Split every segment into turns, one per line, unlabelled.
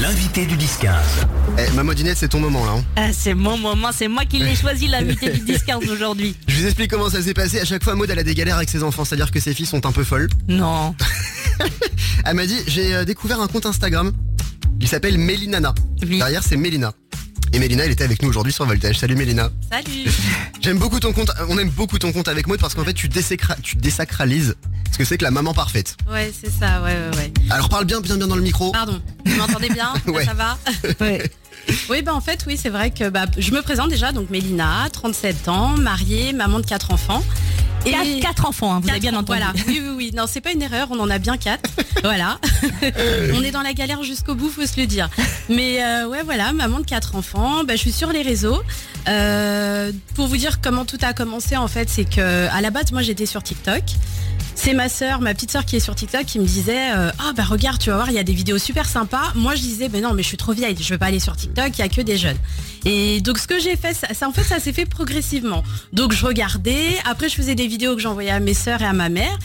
L'invité du 10-15.
Eh, Maman Dinette, c'est ton moment là. hein.
Ah, c'est mon moment, c'est moi qui l'ai choisi l'invité du 10-15 aujourd'hui.
Je vous explique comment ça s'est passé. À chaque fois, Maud, elle a des galères avec ses enfants, c'est-à-dire que ses filles sont un peu folles.
Non.
Elle m'a dit J'ai euh, découvert un compte Instagram. Il s'appelle Mélinana.
Oui.
Derrière, c'est Mélina. Et Mélina, elle était avec nous aujourd'hui sur Voltage. Salut Mélina.
Salut.
J'aime beaucoup ton compte. On aime beaucoup ton compte avec Maud parce qu'en fait, tu, désécra- tu désacralises ce que c'est que la maman parfaite.
Ouais, c'est ça, ouais, ouais, ouais.
Alors parle bien, bien, bien dans le micro.
Ah.
Pardon, vous m'entendez bien Là,
Ouais.
Ça va Oui, bah en fait, oui, c'est vrai que bah, je me présente déjà, donc Mélina, 37 ans, mariée, maman de 4 enfants. Et
Quatre, quatre enfants, hein, vous avez bien
Quatre-
entendu.
Voilà, oui, oui, oui. Non, c'est pas une erreur, on en a bien quatre. voilà. on est dans la galère jusqu'au bout, faut se le dire. Mais euh, ouais, voilà, maman de quatre enfants, bah, je suis sur les réseaux. Euh, pour vous dire comment tout a commencé, en fait, c'est que à la base, moi, j'étais sur TikTok. C'est ma sœur, ma petite sœur qui est sur TikTok, qui me disait euh, Ah, bah regarde, tu vas voir, il y a des vidéos super sympas. Moi, je disais Ben non, mais je suis trop vieille, je veux pas aller sur TikTok, il y a que des jeunes. Et donc, ce que j'ai fait, ça, ça- en fait, ça s'est fait progressivement. Donc, je regardais. Après, je faisais des vidéos que j'envoyais à mes sœurs et à ma mère.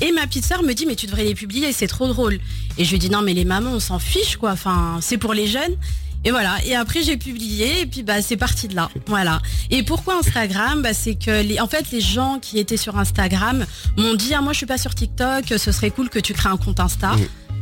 Et ma petite sœur me dit mais tu devrais les publier, c'est trop drôle. Et je lui dis non mais les mamans on s'en fiche quoi, enfin c'est pour les jeunes. Et voilà. Et après j'ai publié et puis bah c'est parti de là. Voilà. Et pourquoi Instagram Bah c'est que les, en fait les gens qui étaient sur Instagram m'ont dit ah moi je suis pas sur TikTok, ce serait cool que tu crées un compte Insta.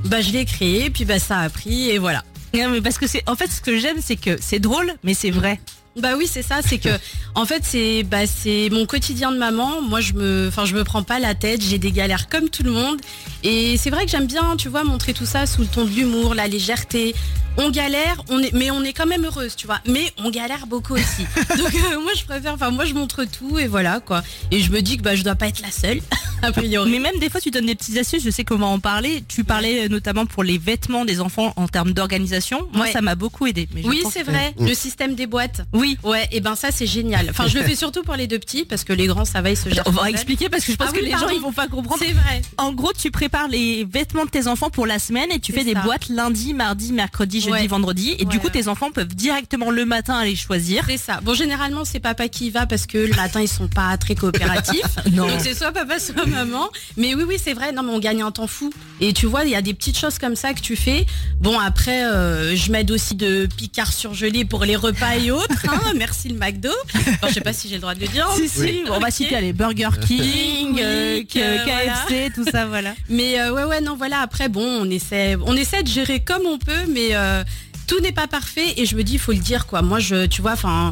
Bah je l'ai créé, puis bah ça a pris et voilà.
Non, mais parce que c'est, en fait, ce que j'aime, c'est que c'est drôle, mais c'est vrai.
Bah oui, c'est ça, c'est que en fait c'est bah c'est mon quotidien de maman. Moi je me enfin je me prends pas la tête, j'ai des galères comme tout le monde et c'est vrai que j'aime bien, tu vois, montrer tout ça sous le ton de l'humour, la légèreté. On galère, on est mais on est quand même heureuse, tu vois. Mais on galère beaucoup aussi. Donc euh, moi je préfère enfin moi je montre tout et voilà quoi. Et je me dis que bah je dois pas être la seule a priori.
Mais même des fois, tu donnes des petites astuces. Je sais comment en parler. Tu parlais euh, notamment pour les vêtements des enfants en termes d'organisation. Moi,
Ouais.
ça m'a beaucoup aidé. mais je
Oui,
pense
c'est
que-
vrai, le système des boîtes.
Oui.
Ouais, et ben ça c'est génial. Enfin, je le fais surtout pour les deux petits parce que les grands ça va ils se gèrent.
On
tout
va
seuls.
expliquer parce que je pense
Ah
que
oui,
les gens
pardon.
ils vont pas comprendre.
C'est vrai.
En gros, tu prépares les vêtements de tes enfants pour la semaine et tu
C'est
fais des
ça.
boîtes lundi, mardi, mercredi, jeudi,
Ouais.
vendredi. Et du
Ouais,
coup,
ouais.
tes enfants peuvent directement le matin aller choisir.
C'est ça. Bon, généralement, c'est papa qui y va parce que le matin, ils sont pas très coopératifs.
Non.
Donc, c'est soit papa, soit maman. Mais oui, oui, c'est vrai. Non, mais on gagne un temps fou. Et tu vois, il y a des petites choses comme ça que tu fais. Bon, après, euh, je m'aide aussi de picards surgelés pour les repas et autres. hein. Merci le McDo. Enfin, je sais pas si j'ai le droit de le dire.
Si, si,
Oh, Oui.
on va
Ok.
citer les Burger King, euh,
Oui,
K-
euh,
KFC, tout ça, voilà.
Mais euh, ouais, ouais, non, voilà. Après, bon, on essaie, on essaie de gérer comme on peut, mais euh, tout n'est pas parfait. Et je me dis, il faut le dire, quoi. Moi, je, tu vois, enfin,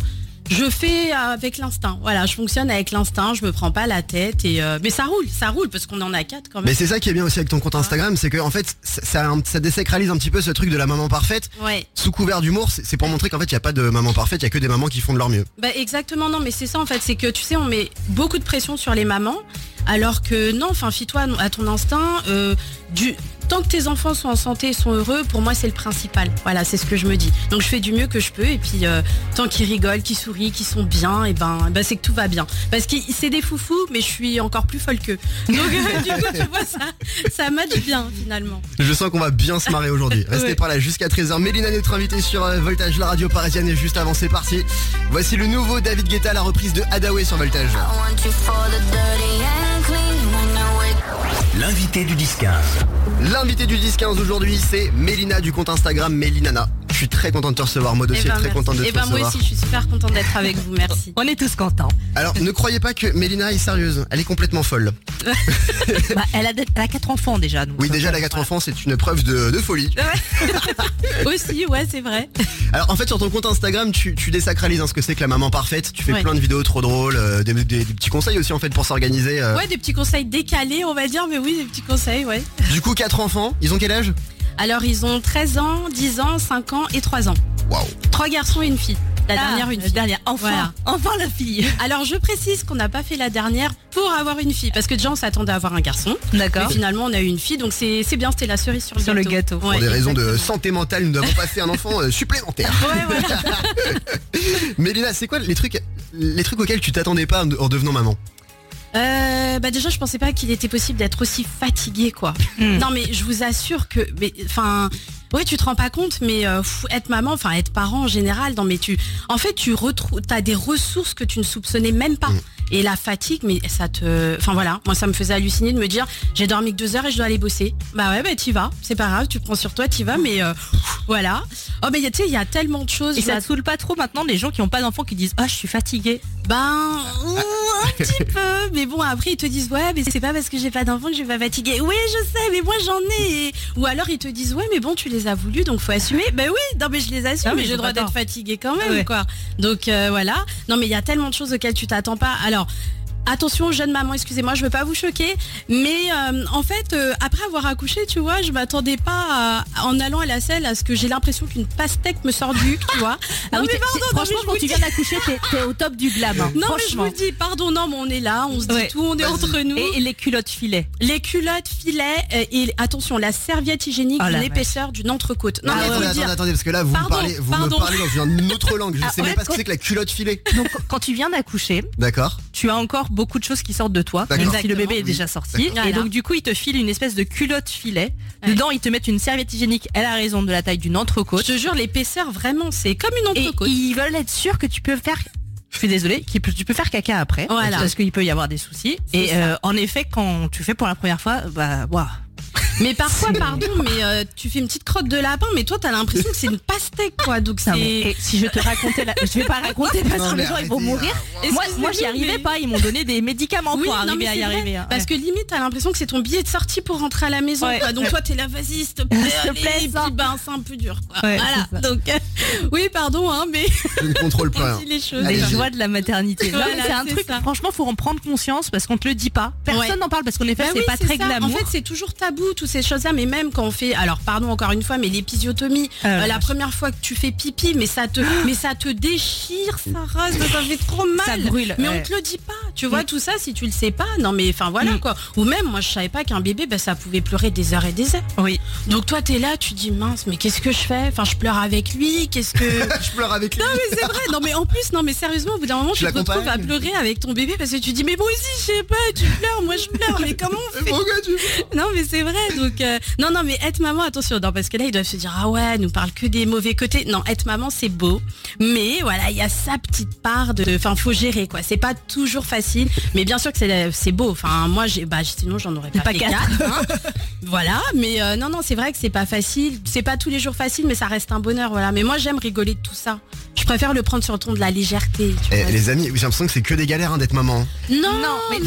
je fais avec l'instinct. Voilà, je fonctionne avec l'instinct. Je me prends pas la tête. Et euh, mais ça roule, ça roule parce qu'on en a quatre quand
Mais
même.
c'est ça qui est bien aussi avec ton compte Instagram, c'est que en fait, ça, ça, ça désacralise un petit petit peu ce truc de la maman parfaite.
Ouais.
Sous couvert d'humour, c'est c'est pour montrer qu'en fait, il n'y a pas de maman parfaite, il n'y a que des mamans qui font de leur mieux.
Bah exactement, non, mais c'est ça en fait, c'est que tu sais, on met beaucoup de pression sur les mamans, alors que non, enfin, fie-toi à- à ton instinct. euh, du... Tant que tes enfants sont en santé et sont heureux, pour moi, c'est le principal. Voilà, c'est ce que je me dis. Donc, je fais du mieux que je peux, et puis euh, tant qu'ils rigolent, qu'ils sourient, qu'ils sont bien, et ben, ben, c'est que tout va bien. Parce que c'est des foufous, mais je suis encore plus folle qu'eux. Donc, euh, du coup, tu vois, ça, ça match bien finalement.
Je sens qu'on va bien se marrer aujourd'hui. Restez
Ouais.
par là jusqu'à 13h. Mélina, notre invitée sur euh, Voltage, la radio parisienne, et juste avant, c'est parti. Voici le nouveau David Guetta, la reprise de Hadaway sur Voltage.
I want you for the dirty and clean when I wake
L'invité du 10-15.
L'invité du 10-15 aujourd'hui, c'est Mélina du compte Instagram Mélinana. Je suis très content de te recevoir, Maud aussi,
Eh ben,
très
merci.
contente de te
Eh ben, moi
recevoir.
aussi, je suis super contente d'être avec vous. Merci.
On est tous contents.
Alors, ne croyez pas que Mélina est sérieuse, elle est complètement folle.
Bah, elle, a, elle a quatre enfants déjà. donc,
Oui,
euh,
déjà, la 4 enfants, c'est une preuve de, de folie.
aussi, ouais, c'est vrai.
Alors, en fait, sur ton compte Instagram, tu, tu désacralises hein, ce que c'est que la maman parfaite. Tu fais
Ouais.
plein de vidéos trop drôles, euh, des, des- des petits conseils aussi, en fait, pour s'organiser. euh.
Ouais, des petits conseils décalés, on va dire, mais oui, des petits conseils, ouais.
Du coup, quatre enfants, ils ont quel âge
Alors, ils ont 13 ans, 10 ans, 5 ans et 3 ans.
Waouh
Trois garçons et une fille. La
Ah,
euh, dernière, une
la
fille.
dernière, enfin,
Voilà.
enfin la fille.
Alors, je précise qu'on n'a pas fait la dernière pour avoir une fille, parce que déjà, on s'attendait à avoir un garçon.
D'accord.
Mais finalement, on a eu une fille, donc c'est c'est bien, c'était la cerise sur le
Sur le
gâteau.
gâteau.
Pour
Ouais,
des raisons de
exactement.
santé mentale, nous n'avons pas fait un enfant euh, supplémentaire.
Ouais, voilà.
Mélina, c'est quoi les trucs, les trucs auxquels tu t'attendais pas en de- en devenant maman
Euh, bah déjà, je pensais pas qu'il était possible d'être aussi fatigué, quoi.
Hmm.
Non, mais je vous assure que, mais enfin, ouais, tu te rends pas compte, mais euh, pff, être maman, enfin être parent en général, non, mais tu, en fait, tu retrouves, t'as des ressources que tu ne soupçonnais même pas. Et la fatigue, mais ça te. Enfin voilà, moi ça me faisait halluciner de me dire j'ai dormi que deux heures et je dois aller bosser. Bah ouais, bah tu vas, c'est pas grave, tu prends sur toi, tu vas, mais euh, voilà. Oh, mais y a- tu sais, il y a tellement de choses. bah,
Et
je
ça
la-
te saoule pas trop maintenant les gens qui n'ont pas d'enfants qui disent Ah, je suis fatiguée.
Ben, ouh, un petit peu. Mais bon, après, ils te disent, ouais, mais c'est pas parce que j'ai pas d'enfant que je vais pas fatiguer. Oui, je sais, mais moi, j'en ai. Et- Ou alors, ils te disent, ouais, mais bon, tu les as voulu, donc faut assumer. Ben oui, non, mais je les
Ah,
assume,
mais
mais j'ai
ils
le
ont
droit
pas
d'être
tort.
fatiguée quand même,
Ouais.
quoi. Donc, euh, voilà. Non, mais il y a tellement de choses auxquelles tu t'attends pas. Alors. Attention, jeune maman, excusez-moi, je veux pas vous choquer, mais euh, en fait, euh, après avoir accouché, tu vois, je m'attendais pas à- en allant à la selle à ce que j'ai l'impression qu'une pastèque me sort du, cul, tu vois.
Ah
Non,
oui,
mais
t'es-
pardon,
t'es-
non, mais
franchement,
je
quand
vous
tu viens d'accoucher, t'es t'es au top du glam. hein.
non, mais je vous
franchement.
le dis, pardon, non, mais on est là, on se dit
Ouais.
tout, on est
Vas-y.
entre nous.
et, et les culottes filets.
les culottes, filets, euh, et attention, la serviette
Oh
hygiénique,
la
d'une
vache.
l'épaisseur d'une entrecôte. Non,
Ah,
mais
attendez,
vous le
attendez,
dire.
attendez, parce que là, vous, me
Pardon,
parlez, vous me
pardon.
parlez dans une autre langue. Je
Ah,
sais
ouais,
même pas ce que
quand-
c'est que la culotte filée.
Donc, quand tu viens d'accoucher,
D'accord
tu as encore beaucoup de choses qui sortent de toi,
D'accord.
même si le bébé est
Oui.
déjà sorti.
Voilà.
Et donc du coup, ils te filent une espèce de culotte filet.
Ouais.
Dedans, ils te mettent une serviette hygiénique. Elle a raison de la taille d'une
Je
entrecôte.
te jure, l'épaisseur, vraiment, c'est comme une
Et
entrecôte.
ils veulent être sûrs que tu peux faire. Je suis désolée, qu'il peut- tu peux faire caca après,
Voilà.
parce qu'il peut y avoir des soucis.
C'est
Et
ça.
euh, en effet, quand tu fais pour la première fois, bah, waouh.
Mais parfois, pardon, mais euh, tu fais une petite crotte de lapin, mais toi, t'as l'impression que c'est une pastèque, quoi. Donc
Putain, mais-
c'est.
et si je te racontais, la... je vais pas raconter parce
Non,
que
mais
les gens ils vont
arrêtez, hein.
mourir.
là.
Moi,
Excusez-moi,
moi, j'y arrivais
mais-
pas. Ils m'ont donné des médicaments
Oui,
pour
non, mais
arriver à
c'est
y
vrai,
arriver. hein.
Parce que limite, t'as l'impression que c'est ton billet de sortie pour rentrer à la maison.
Ouais.
quoi. Donc toi, t'es là, vas-y, s'il te plaît.
S'il te
allez,
plaît,
et
sors.
puis, ben, c'est un peu dur, quoi.
Ouais, c'est
voilà. Donc, euh, oui, pardon, hein, mais
Je ne contrôle pas.
on
hein.
dit les choses.
Allez,
les
j'ai-
joies de la maternité. Non, mais
Voilà,
c'est un
c'est
truc,
ça.
franchement, faut en prendre conscience parce qu'on te le dit pas. Personne
Ouais.
n'en parle parce qu'en effet,
Bah
c'est
oui,
pas très
ça.
glamour.
En fait, c'est toujours tabou, toutes ces choses-là. Mais même quand on fait, alors pardon encore une fois, mais l'épisiotomie,
Euh,
euh,
la
la première fois que tu fais pipi, mais ça te, mais ça te déchire, ça rase, ça fait trop mal.
Ça brûle,
Mais
ouais.
on te le dit pas. Tu vois,
Mm.
tout ça, si tu le sais pas, non mais enfin voilà
Mm.
quoi. Ou même, moi je savais pas qu'un bébé, bah, ça pouvait pleurer des heures et des heures.
oui.
Donc toi, t'es là, tu dis mince, mais qu'est-ce que je fais Enfin, je pleure avec lui, qu'est-ce que.
Je pleure avec lui.
Non mais c'est vrai, non mais en plus, non mais sérieusement, au bout d'un moment,
Tu
tu te
l'accompagnes
retrouves à pleurer avec ton bébé parce que tu dis mais moi aussi je sais pas, tu pleures, moi je pleure, mais comment on fait
Pourquoi tu
non mais c'est vrai donc euh, non non mais être maman attention non parce que là ils doivent se dire ah ouais elle nous parle que des mauvais côtés non être maman c'est beau mais voilà il y a sa petite part de enfin faut gérer quoi c'est pas toujours facile mais bien sûr que c'est c'est beau enfin moi j'ai bah sinon j'en aurais pas,
Pas
fait
quatre.
quatre, hein. voilà mais euh, non non c'est vrai que c'est pas facile c'est pas tous les jours facile mais ça reste un bonheur voilà mais moi j'aime rigoler de tout ça je préfère le prendre sur le ton de la légèreté tu
Eh,
vois.
les amis, j'ai l'impression que c'est que des galères hein, d'être maman.
Non,
Non,
non,
mais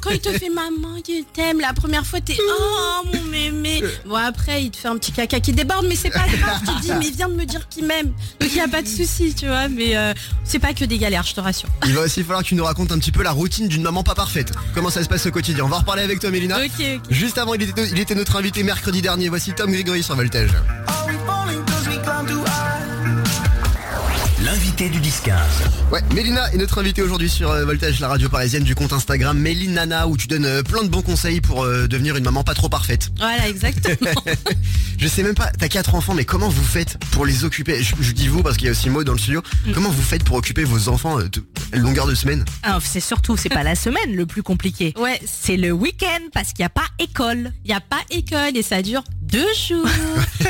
quand il te fait maman, je t'aime, la première fois t'es oh mon mémé. Bon après il te fait un petit caca qui déborde, mais c'est pas grave, tu te dis mais viens de me dire qu'il m'aime. Donc il n'y a pas de souci, tu vois, mais euh, c'est pas que des galères, je te rassure.
Il va aussi falloir que tu nous racontes un petit peu la routine d'une maman pas parfaite. Comment ça se passe au quotidien On va en reparler avec toi, Mélina.
Ok, ok.
Juste avant, il était, il était notre invité mercredi dernier. Voici Tom Grégory sur Voltage.
L'invité du 10-15.
Ouais, Mélina est notre invitée aujourd'hui sur euh, Voltage, la radio parisienne du compte Instagram Mélinana, où tu donnes euh, plein de bons conseils pour euh, devenir une maman pas trop parfaite.
Voilà, exactement.
Je sais même pas, t'as quatre enfants, mais comment vous faites pour les occuper je, je dis vous parce qu'il y a aussi Mo dans le studio.
Mm.
Comment vous faites pour occuper vos enfants euh, de- à longueur de semaine
Ah, c'est surtout, c'est pas la semaine le plus compliqué.
Ouais,
C'est le week-end parce qu'il n'y a pas école.
il n'y a pas école et ça dure deux jours,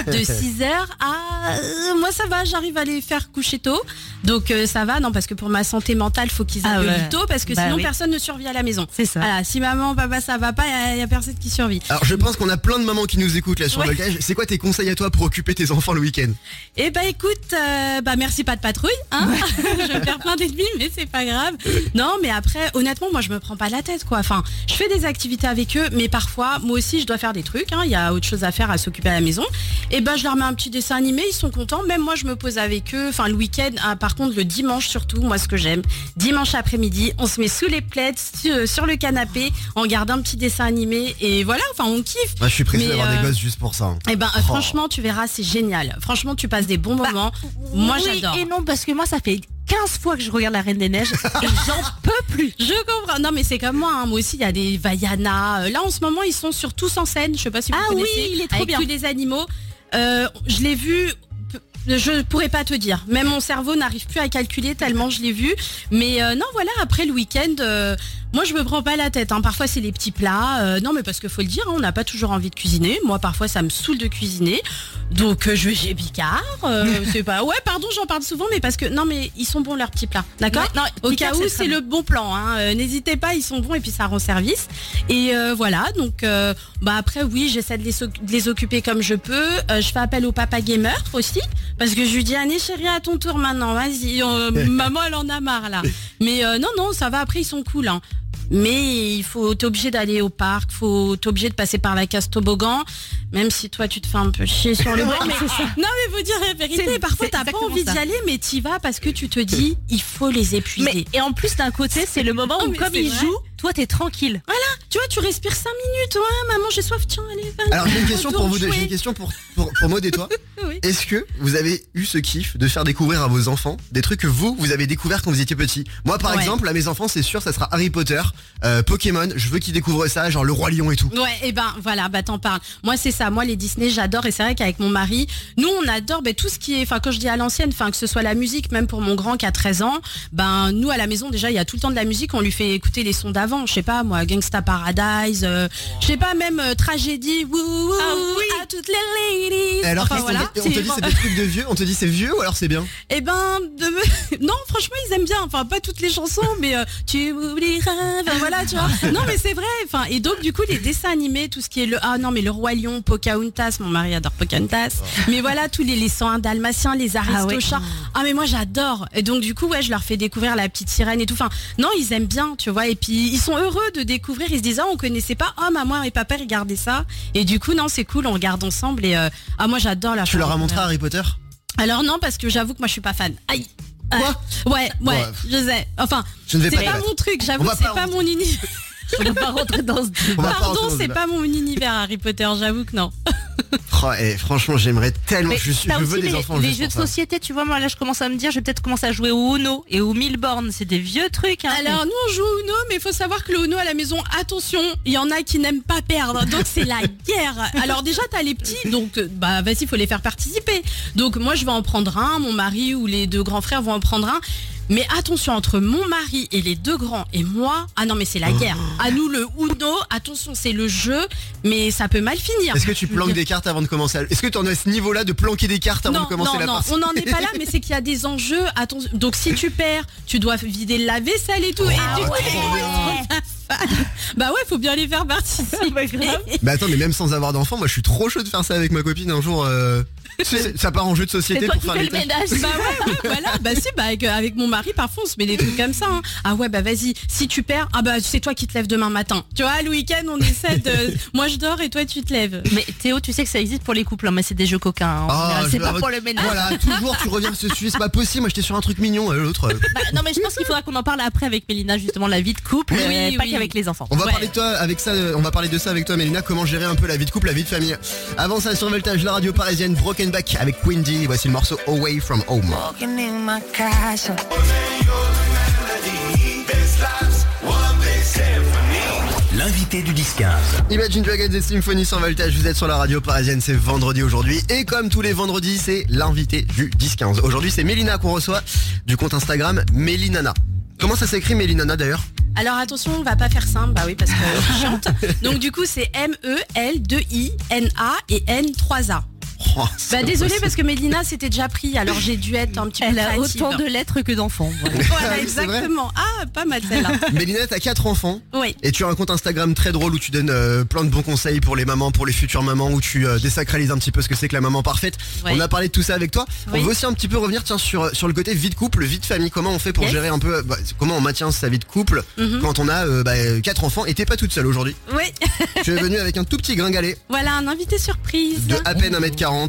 de 6h à... euh, moi ça va, j'arrive à les faire coucher tôt. Donc euh, ça va, non, parce que pour ma santé mentale, faut qu'ils aient
Ah
le
ouais.
lit tôt, parce que
Bah
sinon
oui.
personne ne survit à la maison.
C'est ça.
Voilà, si maman, papa, ça va pas, il n'y a, personne qui survit.
Alors je pense qu'on a plein de mamans qui nous écoutent là sur
Ouais.
Voltage. C'est quoi tes conseils à toi pour occuper tes enfants le week-end
Eh bah écoute, euh, bah merci pas de patrouille, hein. je vais me faire plein d'ennemis, mais c'est pas grave. Non, mais après, honnêtement, moi je me prends pas la tête, quoi. Enfin, je fais des activités avec eux, mais parfois, moi aussi, je dois faire des trucs. hein. Il y a autre chose à faire, à s'occuper à la maison. Et ben, je leur mets un petit dessin animé, ils sont contents. Même moi, je me pose avec eux. Enfin, le week-end, ah, par contre, le dimanche surtout, moi, ce que j'aime, dimanche après-midi, on se met sous les plaids, sur- euh, sur le canapé, on regarde un petit dessin animé, et voilà. Enfin, on kiffe.
Moi, Bah, Je suis pressé
Mais,
d'avoir des
euh,
gosses juste pour ça. hein.
Eh ben euh,
Oh.
franchement tu verras c'est génial. Franchement tu passes des bons moments. Moi
Bah, Oui
j'adore.
Et non, parce que moi, ça fait 15 fois que je regarde la Reine des Neiges et j'en peux plus.
Je comprends. Non mais c'est comme moi. hein. Moi aussi il y a des Vaiana. Euh, Là en ce moment ils sont sur tous en scène. Je sais pas si vous
Ah oui,
connaissez.
il est trop
avec
bien.
tous les animaux. Euh, je l'ai vu. p- Je pourrais pas te dire. Même mon cerveau n'arrive plus à calculer tellement je l'ai vu. Mais euh, non, voilà, après le week-end, euh, moi je me prends pas la tête. hein. Parfois c'est les petits plats. euh, non, mais parce que faut le dire, hein, on n'a pas toujours envie de cuisiner. Moi parfois ça me saoule de cuisiner. Donc euh, je vais chez Picard. euh, c'est pas. Ouais, pardon, j'en parle souvent, mais parce que non, mais ils sont bons leurs petits plats. D'accord.
Ouais, non,
Au
Picard,
cas où
c'est
c'est
très
le bon plan. hein. Euh, N'hésitez pas, ils sont bons et puis ça rend service. Et euh, voilà. Donc euh, bah après oui, j'essaie de les, so- de les occuper comme je peux. Euh, je fais appel au papa gamer aussi parce que je lui dis Annie chérie à ton tour maintenant. Vas-y, on- maman elle en a marre là. Mais euh, non non, ça va. Après ils sont cool. hein. Mais il faut t'es obligé d'aller au parc, faut t'es obligé de passer par la case toboggan, même si toi tu te fais un peu chier sur le banc. mais- Non mais faut dire la vérité,
C'est-
parfois
c'est
t'as pas
exactement
envie
ça.
d'y aller, mais t'y vas parce que tu te dis il faut les épuiser.
Mais, et en plus, d'un côté, c'est le moment
Oh,
où,
mais
comme
c'est
il
vrai.
joue, toi, t'es tranquille.
Tu vois, tu respires 5 minutes, ouais, maman, j'ai soif, tiens, allez, va.
Alors j'ai une question pour
Retourne
vous deux,
jouer.
j'ai une question pour, pour, pour Maud et toi.
Oui.
Est-ce que vous avez eu ce kiff de faire découvrir à vos enfants des trucs que vous, vous avez découvert quand vous étiez petit Moi par
Ouais.
exemple, à mes enfants c'est sûr, ça sera Harry Potter, euh, Pokémon, je veux qu'ils découvrent ça, genre le roi lion et tout.
Ouais, et ben voilà, bah t'en parles. Moi c'est ça, moi les Disney j'adore et c'est vrai qu'avec mon mari, nous on adore ben, tout ce qui est, enfin quand je dis à l'ancienne, enfin que ce soit la musique, même pour mon grand qui a 13 ans, ben nous à la maison déjà il y a tout le temps de la musique, on lui fait écouter les sons d'avant, je sais pas moi, Gangsta Paradise, euh, je sais pas même euh, Tragédie, wouh, wouh,
Ah oui.
à toutes les ladies.
Et alors
Enfin,
qu'est-ce qu'on-
voilà.
on te dit c'est des trucs de vieux, on te dit c'est vieux ou alors c'est bien
Eh ben, de- non, franchement, ils aiment bien. Enfin, pas toutes les chansons, mais euh, tu m'oublieras. Enfin, voilà, tu vois. Non, mais c'est vrai. Enfin, et donc, du coup, les dessins animés, tout ce qui est le. Ah non, mais le Roi Lion, Pocahontas. Mon mari adore Pocahontas. Mais voilà, tous les, les 101 dalmatiens, les Aristochats. Ah, mais moi, j'adore. Et donc, du coup, ouais, je leur fais découvrir la petite sirène et tout. Enfin, non, ils aiment bien, tu vois. Et puis, ils sont heureux de découvrir. Ils se disent, ah, on connaissait pas. Oh, maman et papa regardaient ça. Et du coup, non, c'est cool. On regarde ensemble. Et euh, ah, moi, j'adore la
Tu leur as
chanson.
montré Harry Potter
Alors non, parce que j'avoue que moi je suis pas fan. Aïe.
Quoi
Euh, ouais, ouais,
Ouais.
je sais. Enfin,
Je ne vais
c'est
pas
pas,
débattre.
mon truc,
On
j'avoue,
va
c'est
pas
pas, mon univers.
On va pas rentrer dans ce
On va
débat.
pas rentrer
Pardon,
dans ce
c'est
débat.
pas mon univers Harry Potter, j'avoue que non.
Oh, eh, franchement, j'aimerais tellement.
Mais
Je, suis-
t'as
je hein. veux
aussi
des
les,
enfants.
les
juste
jeux de
pour ça.
société, tu vois, moi là je commence à me dire, je vais peut-être commencer à jouer au Uno et au Milborn, c'est des vieux trucs. Hein.
Alors nous on joue au Uno, mais il faut savoir que le Uno à la maison, attention, il y en a qui n'aiment pas perdre, donc c'est la guerre. Alors déjà t'as les petits, donc euh, bah vas-y faut les faire participer. Donc moi je vais en prendre un, mon mari ou les deux grands frères vont en prendre un. Mais attention entre mon mari et les deux grands et moi, ah non mais c'est la guerre. À nous le Uno, attention c'est le jeu, mais ça peut mal finir.
Est-ce que tu planques des cartes avant de commencer à- Est-ce que tu en as ce niveau-là de planquer des cartes avant
Non,
de commencer
non,
la
non,
partie
on n'en est pas là, mais c'est qu'il y a des enjeux. Attention. Donc si tu perds, tu dois vider la vaisselle et tout. Et
Ah,
du coup, les gros, ils sont pas fans. Bah ouais, faut bien les faire participer.
Bah attends, mais même sans avoir d'enfant, moi je suis trop chaud de faire ça avec ma copine un jour. euh, tu sais, ça part en jeu de société pour faire les tâches.
Bah ouais, ouais, voilà. Bah si, bah avec, avec mon mari, parfois on se met des trucs comme ça. hein. Ah ouais, bah vas-y. Si tu perds, ah bah c'est toi qui te lèves demain matin. Tu vois, le week-end, on essaie de. Moi je dors et toi tu te lèves.
Mais Théo, tu sais que ça existe pour les couples, hein, mais c'est des jeux coquins. hein, en
Ah,
général,
je
c'est
vais
pas
arrêter-
pour le ménage.
Voilà, toujours tu reviens sur ce sujet, c'est pas possible. Moi j'étais sur un truc mignon, euh, l'autre. euh.
Bah, non, mais je pense qu'il faudra qu'on en parle après avec Mélina, justement, la vie de couple,
Oui,
euh, pas
oui.
qu'avec les enfants.
On va
Ouais.
parler de toi avec ça, euh, on va parler de ça avec toi, Mélina. Comment gérer un peu la vie de couple, la vie de famille. Avant ça, sur Voltage, la radio parisienne Broken Back avec Quindy. Voici le morceau Away from Home.
Walking in my castle.
L'invité du 10-15.
Imagine Dragons et Symphony sans voltage, vous êtes sur la radio parisienne, c'est vendredi aujourd'hui. Et comme tous les vendredis, c'est l'invité du 10-15. Aujourd'hui, c'est Mélina qu'on reçoit du compte Instagram Mélinana. Comment ça s'écrit Mélinana d'ailleurs
Alors attention, on va pas faire simple, bah oui, parce que je chante. Donc du coup, c'est E M-E-L-2-I-N-A et N-3-A.
Oh,
Bah
c'est
désolée
impossible.
parce que Mélina c'était déjà pris alors j'ai dû être un petit peu
Elle a
créative.
autant de lettres que d'enfants. voilà.
Voilà,
Ah oui, c'est vrai.
exactement. Ah pas mal celle-là.
Mélina, t'as quatre enfants
Oui.
et tu as un compte Instagram très drôle où tu donnes euh, plein de bons conseils pour les mamans, pour les futures mamans, où tu euh, désacralises un petit peu ce que c'est que la maman parfaite.
Ouais.
On a parlé de tout ça avec toi.
Oui.
On veut aussi un petit peu revenir tiens, sur, sur le côté vie de couple, vie de famille. Comment on fait pour
Yes.
gérer un peu, euh, bah, comment on maintient sa vie de couple
Mhm.
quand on a euh, bah, euh, quatre enfants et t'es pas toute seule aujourd'hui
Oui.
Tu es venue avec un tout petit gringalet
Voilà un invité surprise.
de à peine 1m40.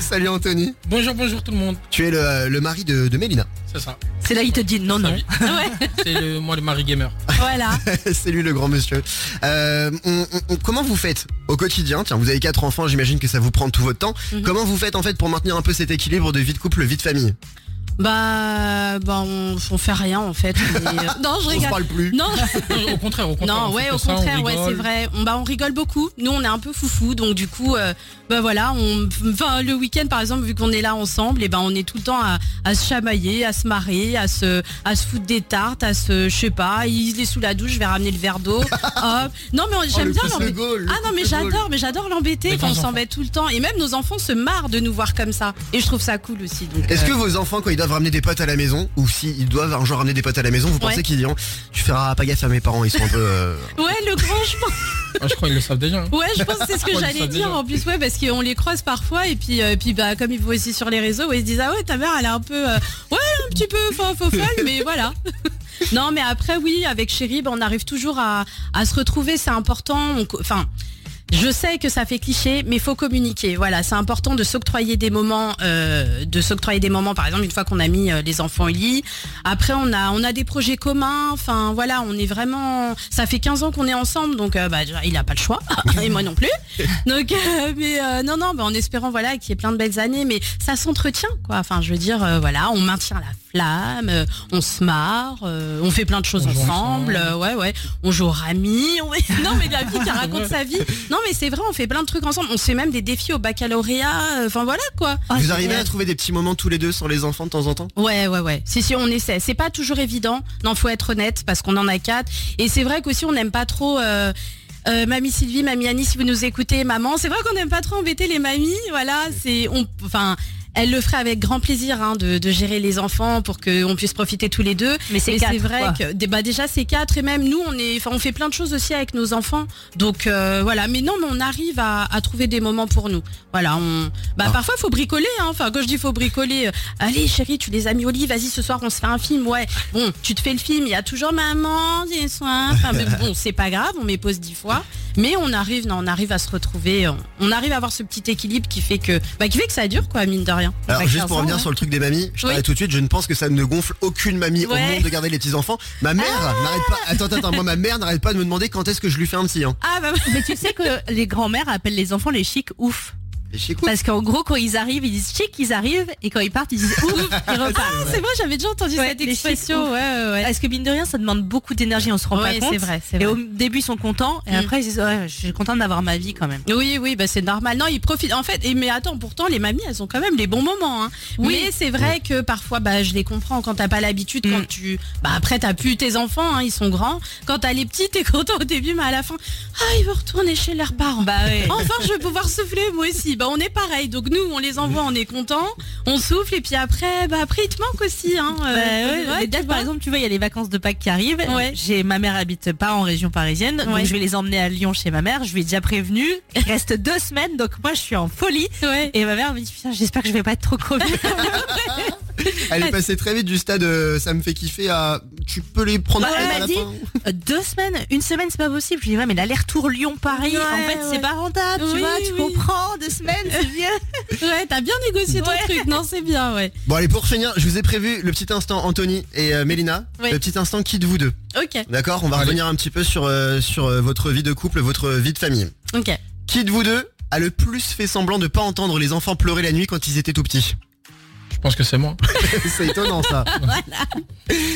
Salut Anthony.
Bonjour, bonjour tout le monde.
Tu es le, le mari de, de Mélina.
C'est ça.
C'est là qu'il te dit non, non.
Salut.
Ouais.
C'est le, moi le mari gamer.
Voilà.
C'est lui le grand monsieur. Euh, on- on- on- comment vous faites au quotidien Tiens, vous avez quatre
Mhm.
enfants, j'imagine que ça vous prend tout votre temps. Comment vous faites en fait pour maintenir un peu cet équilibre de vie de couple, vie de famille
Bah, bah on, on fait rien en fait. On est, euh, non, je
On se
rigole.
parle plus.
Non,
Au contraire, au contraire.
non,
on fait
ouais,
que
au
ça, on
contraire, ouais,
rigole.
c'est vrai. On, bah, on rigole beaucoup. Nous, on est un peu foufou, donc du coup, euh, bah voilà, on, enfin, le week-end par exemple, vu qu'on est là ensemble, et ben on est tout le temps à, à se chamailler, à se marrer, à se, à se foutre des tartes, à se, je sais pas, il est sous la douche, je vais ramener le verre d'eau. Hop. Non, mais on-
Oh,
j'aime
le
bien
fils de
l'embêter.
Gaulle, le
Ah non, mais
fils de
j'adore, mais j'adore l'embêter
Les
quand on
grands
s'embête tout le temps. Et même nos enfants se marrent de nous voir comme ça. Et je trouve ça cool aussi. donc,
Est-ce
euh,
que vos enfants, quand ils doivent ramener des potes à la maison, ou s'ils doivent un jour ramener des potes à la maison, vous pensez
Ouais.
qu'ils diront Tu feras pas gaffe à mes parents, ils sont un peu. euh,
Ouais, le grand, je pense.
Ah, je crois qu'ils le savent déjà. hein.
Ouais, je pense que c'est ce que
Ouais,
j'allais
ça,
dire
déjà.
en plus, ouais, parce qu'on les croise parfois et puis, euh, et puis bah, comme ils vont aussi sur les réseaux, ouais, ils se disent ah ouais, ta mère elle est un peu, euh, ouais, un petit peu fo- fo- folle, mais voilà. non, mais après oui, avec Chérie, bah, on arrive toujours à, à se retrouver, c'est important. on co- Enfin. Je sais que ça fait cliché, mais faut communiquer. Voilà, c'est important de s'octroyer des moments, euh, de s'octroyer des moments. Par exemple, une fois qu'on a mis euh, les enfants au lit, après on a on a des projets communs. Enfin voilà, on est vraiment. Ça fait 15 ans qu'on est ensemble, donc euh, bah, déjà, il a pas le choix et moi non plus. Donc euh, mais euh, non non, bah, en espérant voilà qu'il y ait plein de belles années, mais ça s'entretient quoi. Enfin je veux dire euh, voilà, on maintient la flamme, euh, on se marre, euh, on fait plein de choses
On joue
ensemble.
ensemble.
euh, ouais ouais, on joue aux ramis. on- non mais la vie qui raconte sa vie. Non mais c'est vrai, on fait plein de trucs ensemble. On se fait même des défis au baccalauréat. euh, Enfin voilà quoi.
Ah,
vous arrivez à trouver des petits moments tous les deux sans les enfants de temps en temps
Ouais, ouais, ouais. Si, si, on essaie. C'est pas toujours évident. Non, faut être honnête parce qu'on en a quatre. Et c'est vrai qu'aussi, on n'aime pas trop. euh, euh, mamie Sylvie, mamie Annie, si vous nous écoutez, maman, c'est vrai qu'on n'aime pas trop embêter les mamies, voilà, c'est, on, enfin, elle le ferait avec grand plaisir hein, de, de gérer les enfants pour qu'on puisse profiter tous les deux.
Mais c'est
Mais
quatre,
c'est vrai
quoi.
que dé- bah, déjà c'est quatre et même nous on est, enfin on fait plein de choses aussi avec nos enfants. Donc euh, voilà, mais non, mais on arrive à, à trouver des moments pour nous. Voilà, on,
Ah.
bah parfois faut bricoler. hein. Enfin quand je dis faut bricoler, euh, allez chérie, tu les as mis au lit, vas-y ce soir on se fait un film. Ouais, bon, tu te fais le film. Il y a toujours maman, j'ai soin. Enfin mais bon, c'est pas grave, on met pause dix fois. Mais on arrive, non, on arrive à se retrouver. On, on arrive à avoir ce petit équilibre qui fait que, bah, qui fait que ça dure quoi, mine de rien.
Alors
Pas
juste
15
pour
ans,
revenir
hein.
ouais.
sur le truc des mamies, je
Oui.
t'arrête tout de suite, je ne pense que ça ne gonfle aucune mamie au
Ouais. Ah.
monde de garder les petits enfants. Ma mère n'arrête pas. Attends, attends, attends, moi ma mère n'arrête pas de me demander quand est-ce que je lui fais un petit hein.
Ah bah
Mais tu sais que les grands-mères appellent les enfants les chics ouf.
Et je sais quoi
Parce qu'en gros, quand ils arrivent, ils disent chic, ils arrivent. Et quand ils partent, ils
Ah,
disent ouf, ils repartent.
c'est vrai, j'avais déjà entendu
Ouais,
cette
les chics
expression.
ouf.
Ouais, ouais, ouais.
Parce que mine de rien, ça demande beaucoup d'énergie, on se rend
Ouais,
pas compte.
c'est vrai, c'est
Et
vrai.
au début, ils sont contents. Et
Mm.
après, ils disent ouais, je suis content d'avoir ma vie quand même.
Oui, oui, bah c'est normal. Non, ils profitent. En fait, et, mais attends, pourtant, les mamies, elles ont quand même les bons moments. Hein.
Oui.
Mais c'est vrai que parfois, bah, je les comprends quand t'as pas l'habitude, quand
Mm.
tu. Bah, après, t'as plus tes enfants, hein, ils sont grands. Quand t'as les petits, t'es content au début, mais à la fin, ah, ils vont retourner chez leurs parents.
Bah ouais.
Enfin, je vais pouvoir souffler moi aussi. Bah, on est pareil. Donc, nous, on les envoie, on est content, on souffle, et puis après, bah, après, ils te manquent aussi. Hein. Euh,
Bah ouais,
ouais,
mais
tu
là, par
vois.
exemple, tu vois, il y a les vacances de Pâques qui arrivent.
Ouais.
J'ai ma mère habite pas en région parisienne, donc
Ouais.
je vais les emmener à Lyon chez ma mère. Je lui ai déjà prévenu. Il reste deux semaines, donc moi je suis en folie.
Ouais.
Et ma mère me dit putain, j'espère que je vais pas être trop Covid.
Elle est passée très vite du stade euh, ça me fait kiffer à tu peux les prendre
Bah,
quand
elle
même à
m'a
la
dit-
fin.
Euh, deux semaines, une semaine c'est pas possible. Je lui dis ouais, mais l'aller-retour Lyon Paris,
Ouais,
en fait c'est
ouais.
pas rentable, tu
Oui,
vois, tu
oui.
comprends. Deux semaines, c'est bien.
Ouais, t'as bien négocié ton
Ouais.
truc. Non, c'est bien, ouais.
Bon allez pour finir, je vous ai prévu le petit instant Anthony et euh, Mélina,
Oui.
le petit instant qui de vous deux.
Ok,
D'accord, on va
Allez.
revenir un petit peu sur euh, sur euh, votre vie de couple, votre vie de famille.
ok.
Qui de vous deux a le plus fait semblant de pas entendre les enfants pleurer la nuit quand ils étaient tout petits
Je pense que c'est moi.
C'est étonnant ça.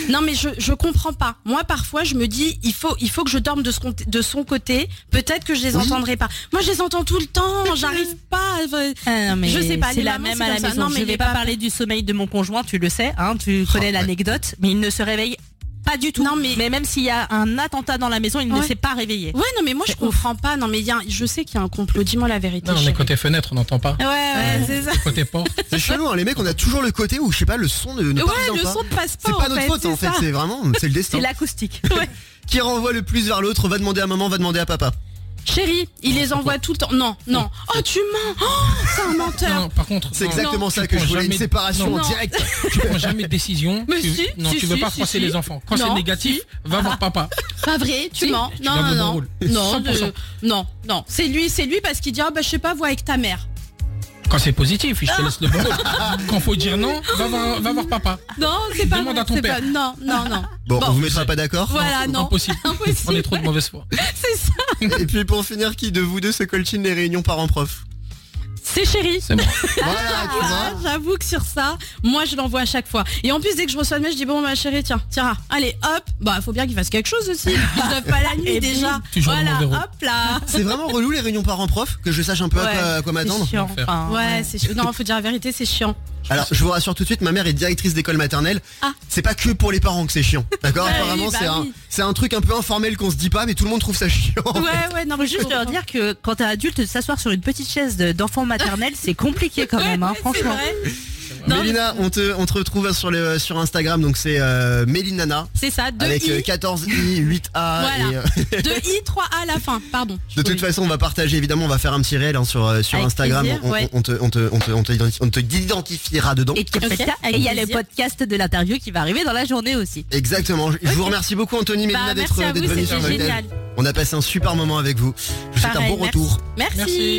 Non mais je, je comprends pas. Moi parfois je me dis il faut il faut que je dorme de, ce, con- de son côté. Peut-être que je les
Oui.
entendrai pas. Moi je les entends tout le temps. J'arrive pas. à-
Ah non, mais
Je sais pas,
C'est
les
la
mamans,
même
c'est
à la
comme ça.
maison.
Non, mais
je
il
vais
est
pas
pas- Oh,
parler du sommeil de mon conjoint, tu le sais, hein, tu connais
ouais.
l'anecdote, mais il ne se réveille pas du tout.
Non, mais-
même s'il y a un attentat dans la maison, il ne
Ouais.
s'est pas réveillé.
Ouais non mais moi je comprends pas. Non mais il y a un- je sais qu'il y a un complot. Dis-moi la vérité.
Non, on est
chérie.
côté fenêtre, on n'entend pas.
Ouais ouais c'est ça.
Côté porte.
C'est chelou hein, les mecs, on a toujours le côté où je sais pas le son ne, ne parvient
Ouais le
pas.
son ne passe pas.
hein. C'est pas
en
notre
fait,
faute
c'est
en fait,
ça.
c'est vraiment c'est le destin.
C'est l'acoustique.
Qui renvoie le plus vers l'autre, va demander à maman, va demander à papa.
Chérie il les envoie tout le temps. Non non. Oh tu mens. Oh c'est un menteur.
Non, par contre.
C'est
non,
exactement
tu
ça que je
prends
voulais, une
jamais-
séparation
non,
en direct.
Tu prends jamais de décision.
Mais
tu,
si,
non,
si,
tu veux
si,
pas
si,
froisser
si.
les enfants. Quand
Non,
c'est négatif, va voir papa.
Pas vrai, tu
Si,
mens.
tu
Non,
vas
non,
vous
non.
drôle.
Non,
100%.
je- non, non. C'est lui, c'est lui parce qu'il dit, ah bah je sais pas, vois avec ta mère.
Quand c'est positif, je te laisse le bon mot. Quand faut dire non, va voir, va voir papa.
Non, c'est pas
Demande
vrai,
à ton
c'est
père.
pas- Non, non, non.
Bon, on
Bon.
vous mettra pas d'accord.
Voilà, Ah non.
Impossible.
Impossible.
On est trop de mauvaise foi.
C'est ça.
Et puis pour finir, qui de vous deux se coltine les réunions parents-prof
C'est- C'est chéri.
C'est bon.
Voilà, tu
Ah,
vois.
J'avoue que sur ça, moi je l'envoie à chaque fois. Et en plus, dès que je reçois le mail, je dis bon ma chérie, tiens, tiens, allez, hop, bah faut bien qu'il fasse quelque chose aussi. Ils doivent pas la nuit déjà.
Toujours le
voilà,
mauvais rôle.
hop là.
C'est vraiment relou les réunions parents-prof, que je sache un peu à
Ouais,
quoi, à quoi
c'est
m'attendre.
chiant,
Enfer.
enfin,
Ouais, c'est chiant. Non, faut dire la vérité, c'est chiant.
Alors, je vous rassure tout de suite, ma mère est directrice d'école maternelle.
Ah.
C'est pas que pour les parents que c'est chiant. D'accord
Bah oui,
Apparemment,
bah
c'est un,
oui.
c'est un truc un peu informel qu'on se dit pas, mais tout le monde trouve ça chiant.
Ouais, ouais, non, mais
Juste leur dire que quand t'es adulte, s'asseoir sur une petite chaise de- d'enfant maternel, c'est compliqué quand même, hein, franchement.
Non, mais-
Mélina, on te, on te retrouve sur, le, sur Instagram, donc c'est euh, Mélinana.
C'est ça, 2
Avec euh,
i,
14i, 8a.
Voilà.
et, euh,
2 i, 3 a à la fin. Pardon.
de toute façon, on va partager, évidemment, on va faire un petit réel hein, sur, euh, sur
Avec
Instagram.
plaisir,
on, on-
ouais.
on te, on, te, on, te, on, te identi- on te identifiera dedans.
Et puis,
Ok,
ça, et
avec
il y a le
plaisir.
podcast de l'interview qui va arriver dans la journée aussi.
Exactement. Je je vous remercie beaucoup, Anthony, Mélina,
Bah,
d'être
merci à
d'être
vous,
venue
c'était
sur Voltaire.
génial.
On a passé un super moment avec vous. Je vous souhaite un
Pareil,
bon
merci.
retour.
merci.